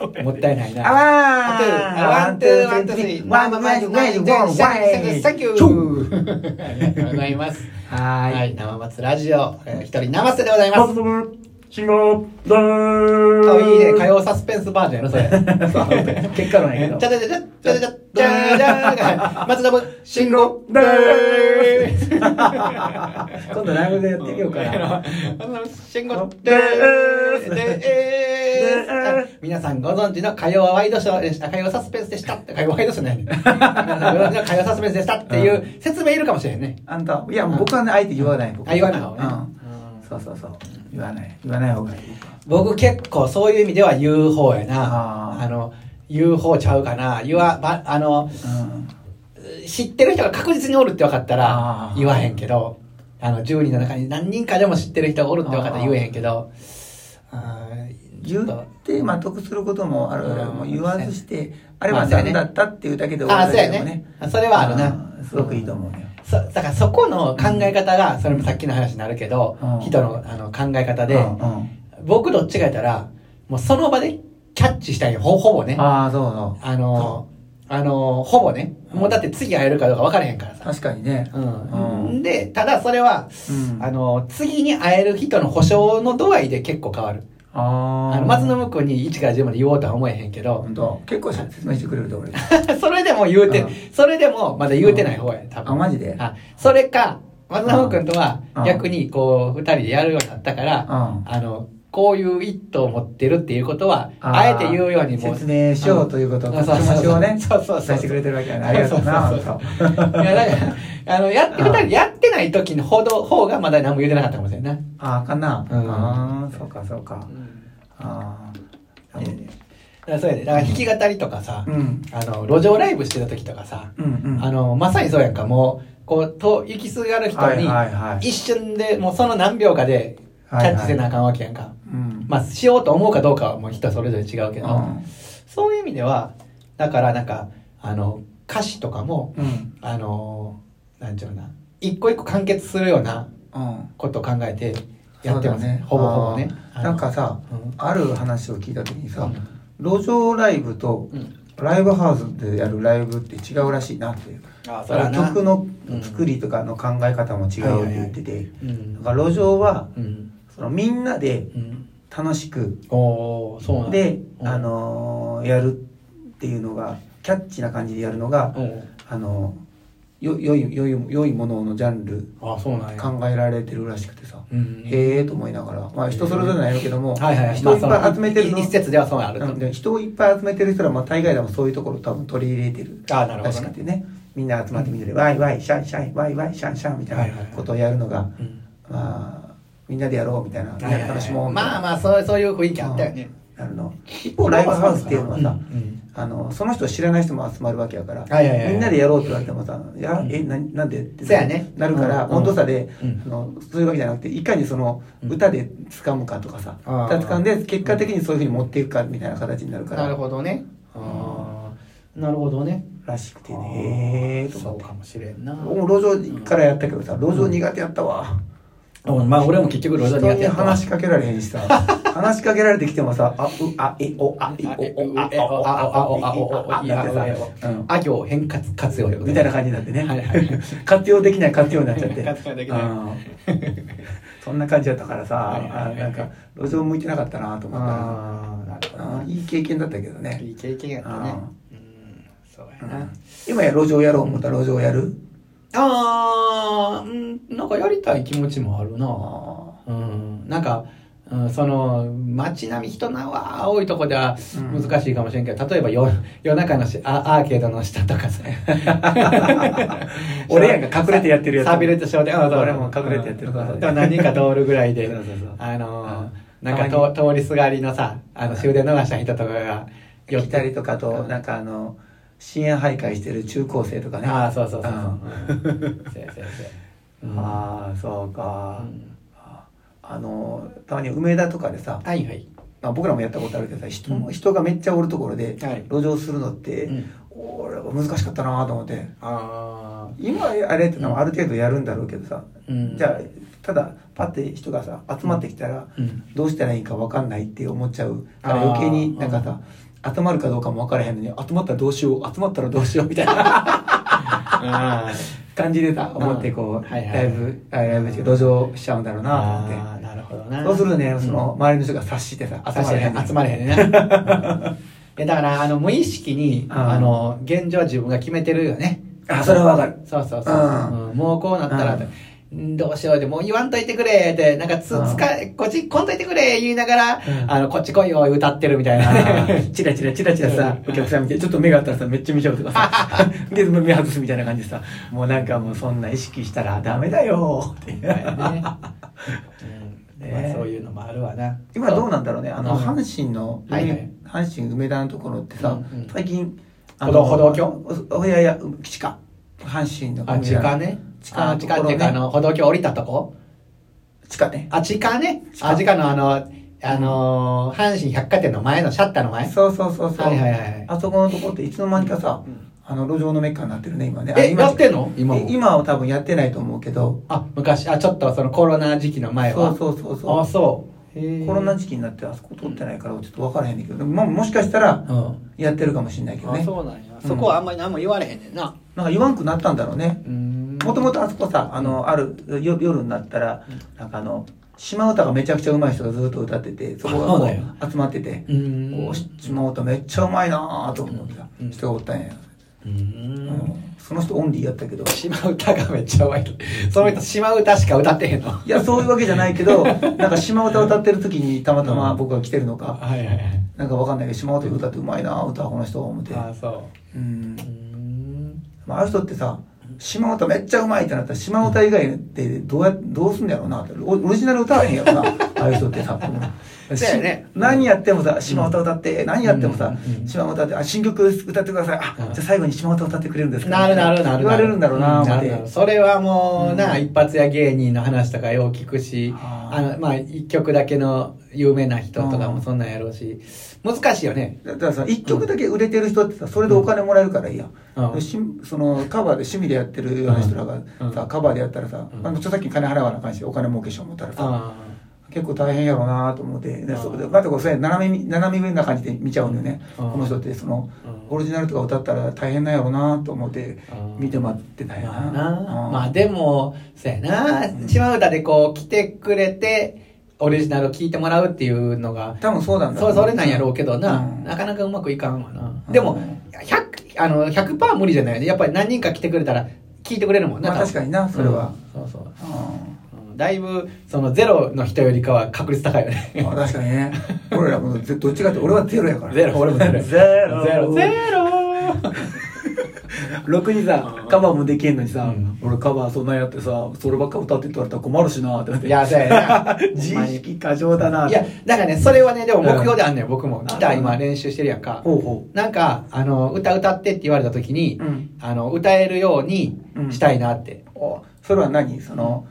もったいないな。ワン、ツー、ワン、ツー、ワン、ツー、スリー。ワン、ワン、ワン、ワン、ワン、サンキュー。ありがとうございます。ははーい。い、生松ラジオ、えー一人生瀬でございます。シンゴダあいいね、ー火曜サスペンスバージョンやろ、それ。結果論やけどじゃ。じゃじゃじゃじゃじゃじゃじゃ松田君、信号でー今度ライブでやっていけようかな。信号でーすでーす皆さんご存知の火曜ワイドショーでした。火曜サスペンスでしたって。火曜ワイドショーね。皆さんご存知の火曜サスペンスでしたっていう説明いるかもしれんね。あんた、いや、もう僕はね、あえて言わない。僕あ、言わない方うがねん。。そうそうそう。言わない。言わない方がいい。僕結構そういう意味では言う方やあな。ーあの、言う方ちゃうかな。言わ、ば、あの、うん。知ってる人が確実におるって分かったらあー言わへんけど、あの、10人の中に何人かでも知ってる人がおるって分かったら言えへんけど、あーちょ言っっとてまあ得することもあるからうんもう言わずしてあれはそうやね何だったっていうだけであーそう終わやるけどね。それはあるな。うんすごくいいと思うねそだからそこの考え方が、それもさっきの話になるけど、うん人のあの考え方で、うんうん僕どっちかやったら、もうその場でキャッチしたいよ、ほほぼね。あああそうそのー、あのー、ほぼね。もうだって次会えるかどうか分からへんからうさ。確かにねうん。うんで、ただそれは、うんあの、次に会える人の保証の度合いで結構変わる。ああの、松の向こうに1から10まで言おうとは思えへんけど、本当結構説明してくれると 俺 それでも言うてうん、それでもまだ言うてない方や、多分。あマジであ、それか、松の向くとはうん逆にこう、二人でやるようになったから、ああの、こういう意図を持ってるっていうことは、ーあえて言うようにもう、説明しようということ気あそうそうそう持ちをねそうそうそうさせてくれてるわけやねありがとうなそう本いや、だから、あの、やって、二人でやってない時のほど、方がまだ何も言うてなかったかもしれんないな。当ああかんなうんああそうかそうかああいやいやだからそうやで、だから弾き語りとかさ、うんあの、路上ライブしてた時とかさ、うんうんあの、まさにそうやんか、もう、こう、と、行きすがる人はいに、はいはい一瞬で、もうその何秒かで、キはいはいャッチせなあかんわけやんか。うんまあ、しようと思うかどうかはもう人それぞれ違うけど、そういう意味では、だからなんか、あの、歌詞とかも、うんうんあの、なんちゅうのかな、一個一個完結するようなうんことを考えてやってまそうだすね。ほぼほぼね。あーなんかさ、うんある話を聞いた時にあの、さ、路上ライブとうん。うん。ライブハウスでやるライブって違うらしいなっていうあ、それはな。曲の作りとかの考え方も違うって言ってて、うん。だから路上はうん。そのみんなでうん。楽しくおー、そうなんだで、うんあのーやるっていうのがキャッチな感じでやるのが、うん。あのーよ良い良い良いもののジャンルあ、そうなんや。考えられてるらしくてさ、うんへえと思いながら、まあ、人それぞれなんやけども、はいはいはい。人をいっぱい集めてるまあそのいの一説ではそうなると。うんで人をいっぱい集めてる人ら、まあ、大概でもそういうところ多分取り入れてるああ、なるほらどしくね。てねみんな集まってみんなでワイワイシャンシャンワイワイシャンシャンみたいなことをやるのが、うんまあ、みんなでやろうみたいなみんなで楽しもうみたいまなあまあ、そうそういう雰囲気あったよね。なるの一方ライブハウスっていうのはさ、うんうんあのその人を知らない人も集まるわけやから、はいはいはいはいみんなでやろうって言われてもさ「いや、うんえななんで?」ってそうやねなるから、うん温度差で、うんあのそういうわけじゃなくていかにそのうん歌で掴むかとかさ、あー歌掴んで結果的にそういうふうに持っていくかみたいな形になるからなるほどね。あーなるほどね。らしくてねへえとそう思かっもしれんなて。僕も路上からやったけどさ路上苦手やったわ、まあ、俺も結局路上人苦手にやったわ。話しかけられへんしさ話しかけられてきてもさ「あうあえおあえおおあえおあおあおあおあ」なんてさ、うんあ行変活活用でござみたいまな感じになってね、はいはい活用できない活用になっちゃって活用できないうん そんな感じだったからさ、はいはいはいあなんか路上向いてなかったなとす思ったあーなるほどら、なうんいい経験だったけどね、いい経験やったね。うん、そううやな。ん今や路上やろう思ったら路上やるあー、うん、なんかやりたい気持ちもあるな。あうん、なんか、うん、その街並み人なわ多いとこではうん難しいかもしれんけど、例えば夜夜中のしあアーケードの下とかさ 俺やんか隠れてやってるやつサビレット商店あそう俺も隠れてやってるからうんでも何人か通るぐらいでそうそうそうあのーうんなんかたまと通りすがりのさあの終電逃した人とかがあ来たりとかうとんなんかあの支援徘徊してる中高生とかねああそうそうそうそううん そうそうそううんああそうか、うんあのたまに梅田とかでさ、はいはいまあ、僕らもやったことあるけどさ人,、うん人がめっちゃおるところではい路上するのって、うん俺は難しかったなと思ってあ今あれってのはある程度やるんだろうけどさ、あ、うん、じゃあただパッて人がさ集まってきたらうんどうしたらいいか分かんないって思っちゃうからあー余計になんかさ集まるかどうかも分からへんのに集まったらどうしよう集まったらどうしようみたい なあ感じでさ思ってこうんうはいはいライブあライブっていうか路上しちゃうんだろうなと思っあなるほどなてそうするとねその周りの人が察してさ集まれへん集まれへんね いやだからあの無意識にうんあの現状は自分が決めてるよねあそれは分かるそうそうそう、うんうんもうこうなったら、うんどうしようでもう言わんといてくれってなんかつ、うんつかこっちこんといてくれ言いながら、うんあのこっち来いよ歌ってるみたいな あー チラチラチラチラさ、お客さん見て、ちょっと目が合ったらさ、めっちゃ見ちゃうとかさ、 で、目外すみたいな感じでさ、もうなんかもうそんな意識したらダメだよって。ねうんねまあ、そういうのもあるわな今どうなんだろうね、あの、うん阪神の、はいはい阪神梅田のところってさ、うんうん最近、歩道歩橋いやいや、地下。阪神のあ梅田地の下。ね地下あのと地下っころねていうかあの歩道橋降りたとこ地下ね。あ地下ね地下あ地下のあのあのー阪神百貨店の前のシャッターの前そうそうそうそう。はいはいはいあそこのところっていつの間にかさ、あの、路上のメッカになってるね、今ね。あえ今やってんの今えも今は多分やってないと思うけど、あ昔あちょっとそのコロナ時期の前そはうそうそうそう。あそうへーコロナ時期になってあそこ通ってないからちょっと分からへんねんけど、まあ、もしかしたらうんやってるかもしれないけどあねそうなんやそこはあんまり何も言われへんねんななんか言わんくなったんだろうねうんもともとあそこさあのあるよ夜になったらなんかあの島唄がめちゃくちゃうまい人がずっと歌っててそこがあそうこなんやう集まっててう「んおー島唄めっちゃうまいな」と思ってたうん人がおったんや、ううんんその人オンリーやったけど島唄がめっちゃうまいその人島唄しか歌ってへんのいやそういうわけじゃないけ どなんか島唄歌ってる時にたまたま僕が来てるのか、はいはいはいなんか分かんないけど島唄歌ってうまいな歌はこの人思ってあそうんううんまあ、ある人ってさ島唄めっちゃうまいってなったら島唄以外ってどうやどうすんだろうなってオオリジナル歌わへんや ろなああいう人ってさそうやねし何やってもさ島唄歌って、何やってもさ、うんうん島唄ってあ新曲歌ってくださいあ、うんじゃあ最後に島唄歌ってくれるんですかなるなるなる言われるんだろうなな思っるて、なるそれはもうなうん一発屋芸人の話とかよう聞くしあーあのまあ一曲だけの有名な人とかもそんなんやろうし難しいよねだからさ1曲だけ売れてる人ってさそれでお金もらえるからいいや、うんしそのカバーで趣味でやってるような人らがさ、うんカバーでやったらさ、うんまあ、著作権金払わなあかんしお金儲けしよう思ったらさ、あ結構大変やろうなと思って、であーそでまたこうそれ斜め斜め上な感じで見ちゃうんだよね、あーこの人ってそのうんオリジナルとか歌ったら大変なんやろうなと思ってあ見て待ってたよまなあなう、んまあでも、そうやな、島唄でこう来てくれて、オリジナルを聴いてもらうっていうのが、多分そうなんだそそれなんやろうけどな、うんなかなかうまくいかんわな。うんでも、100、あの、100%無理じゃないよね。やっぱり何人か来てくれたら、聴いてくれるもんな。まあ確かにな多分それは、うんそうそう。ううんだいぶ、そのゼロの人よりかは確率高いよん、ね。まあ確かにね俺らもぜどっちかって俺はゼロやからゼロ、俺もゼ ロ。ゼロゼロ。ゼろくにさカバーもできんのにさ、うん俺カバーそんなんやってさそればっか歌ってって言われたら困るしなって思っロ。て。いや、そうやな 自意識過剰だなっいてや、だからね、それはね、でも目標であんのよ、僕も。ギター今練習してるやんか。ほうほなんか、あの、歌歌ってって言われた時に、ううんあの、歌えるようにしたいなって。おそれは何その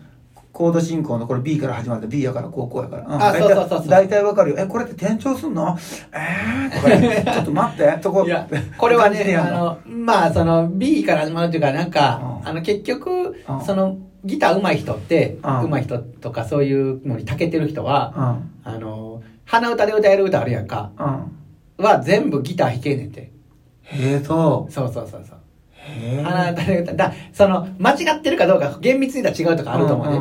コード進行のこれ B から始まると B やから高校やから、うんあ大そう体そうそうそう大体わかるよえこれって転調すんのえー、とか言ってちょっと待ってそこ いや、これは感じでね、やんあの、まあ、その、B から始まるというか、なんか、うんあの、結局うん、その、ギター上手い人って、うん上手い人とか、そういうのに長けてる人は、うんあの、鼻歌で歌える歌あるやんか、うんは全部ギター弾けんねんて。へえとそうそうそうそう。へえ鼻歌で歌だその間違ってるかどうか厳密に言ったら違うとかあると思う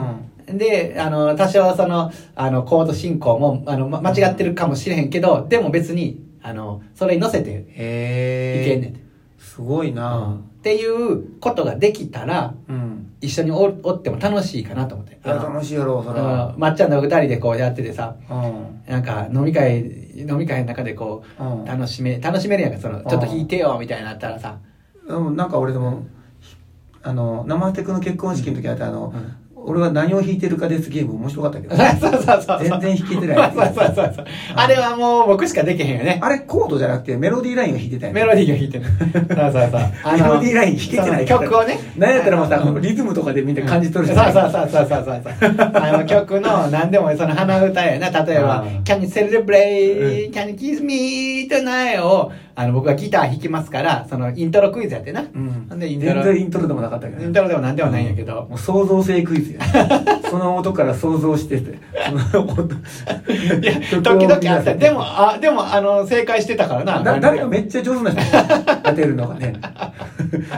ね、であの多少そのあのコード進行もあの、ま間違ってるかもしれへんけどでも別にあのそれに乗せてへえいけんねんて、すごいなっていうことができたらうん一緒におおっても楽しいかなと思っていやあの楽しいやろそれあはのまっちゃんの二人でこうやっててさうんなんか飲み会飲み会の中でこううん楽しめ楽しめるやんかそのちょっと弾いてよみたいになったらさでもなんか俺でもあの生テクの結婚式の時あってあの、うん俺は何を弾いてるかですゲーム面白かったけどそうそうそうそう。全然弾けてないそうそうそうそう。あれはもう僕しかできへんよね。あれコードじゃなくてメロディーラインを弾いてたよねメロディーが弾いてる。そうそうそう。あメのロディーライン弾けてないその曲をね。なんやったらまあのたリズムとかでみんな感じ取るそじうゃそなういそうそうそうそうそう。あの曲の何でもその鼻歌やな。例えばあ、ー Can you う celebrate? Can you kiss me tonight? を、あの僕はギター弾きますから、そのイントロクイズやってな。うんほんでイント全ロ。然イントロでもなかったけどインねトロでも何でもないんやけど。もう創造性クイズですよ その音から想像してて その音いや、時曲を々見あなっさた。いでも、あ、でも、あの、正解してたからな。だ誰かめっちゃ上手な人当てるのが ね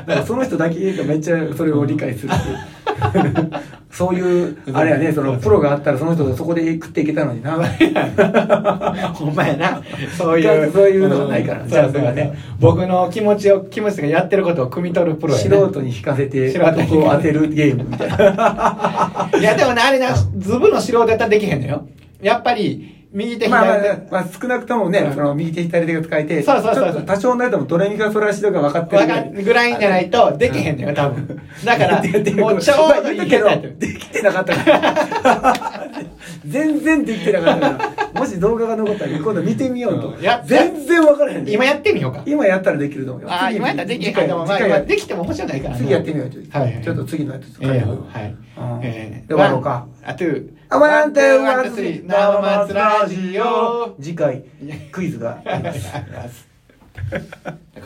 なんかその人だけがめっちゃそれを理解するっていうそう いうあれやねそのプロがあったらその人とそこで食っていけたのに なほんまやな。そういう。そういうのがないからうんジャズがね。僕の気持ちを、気持ちがやってることを汲み取るプロや素ね。人に弾かせて素人に男を当てるゲームみたいないや、でもね、あれな、ズブの素人やったらできへんのよ。やっぱり、右手まあまあ左手。まあ少なくともね、うんその右手左手が使えて、そうそうそうそうちょっと多少なりともドレミファソラシドが分かってるわかんぐらいじゃないとできへんのよ、多分。だから、いやいやもうちょまあうどい言いうけ下手やどとできてなかったから全然できてなかったからもし動画が残ったら今度見てみようと、うんいや全然分からへん今やってみようか。今やったらできると思うよあー次今やったらできへん次回でもまあ次回今やできても面白ないからね次やってみようちょっと,、はいはいちょっと次のやつ使ええってみようはい。うんええで終わろうか。あと、ゥあワン、ツー、ワン、ツー、生松ラジオ。次回、クイズがあります。ありがとうございます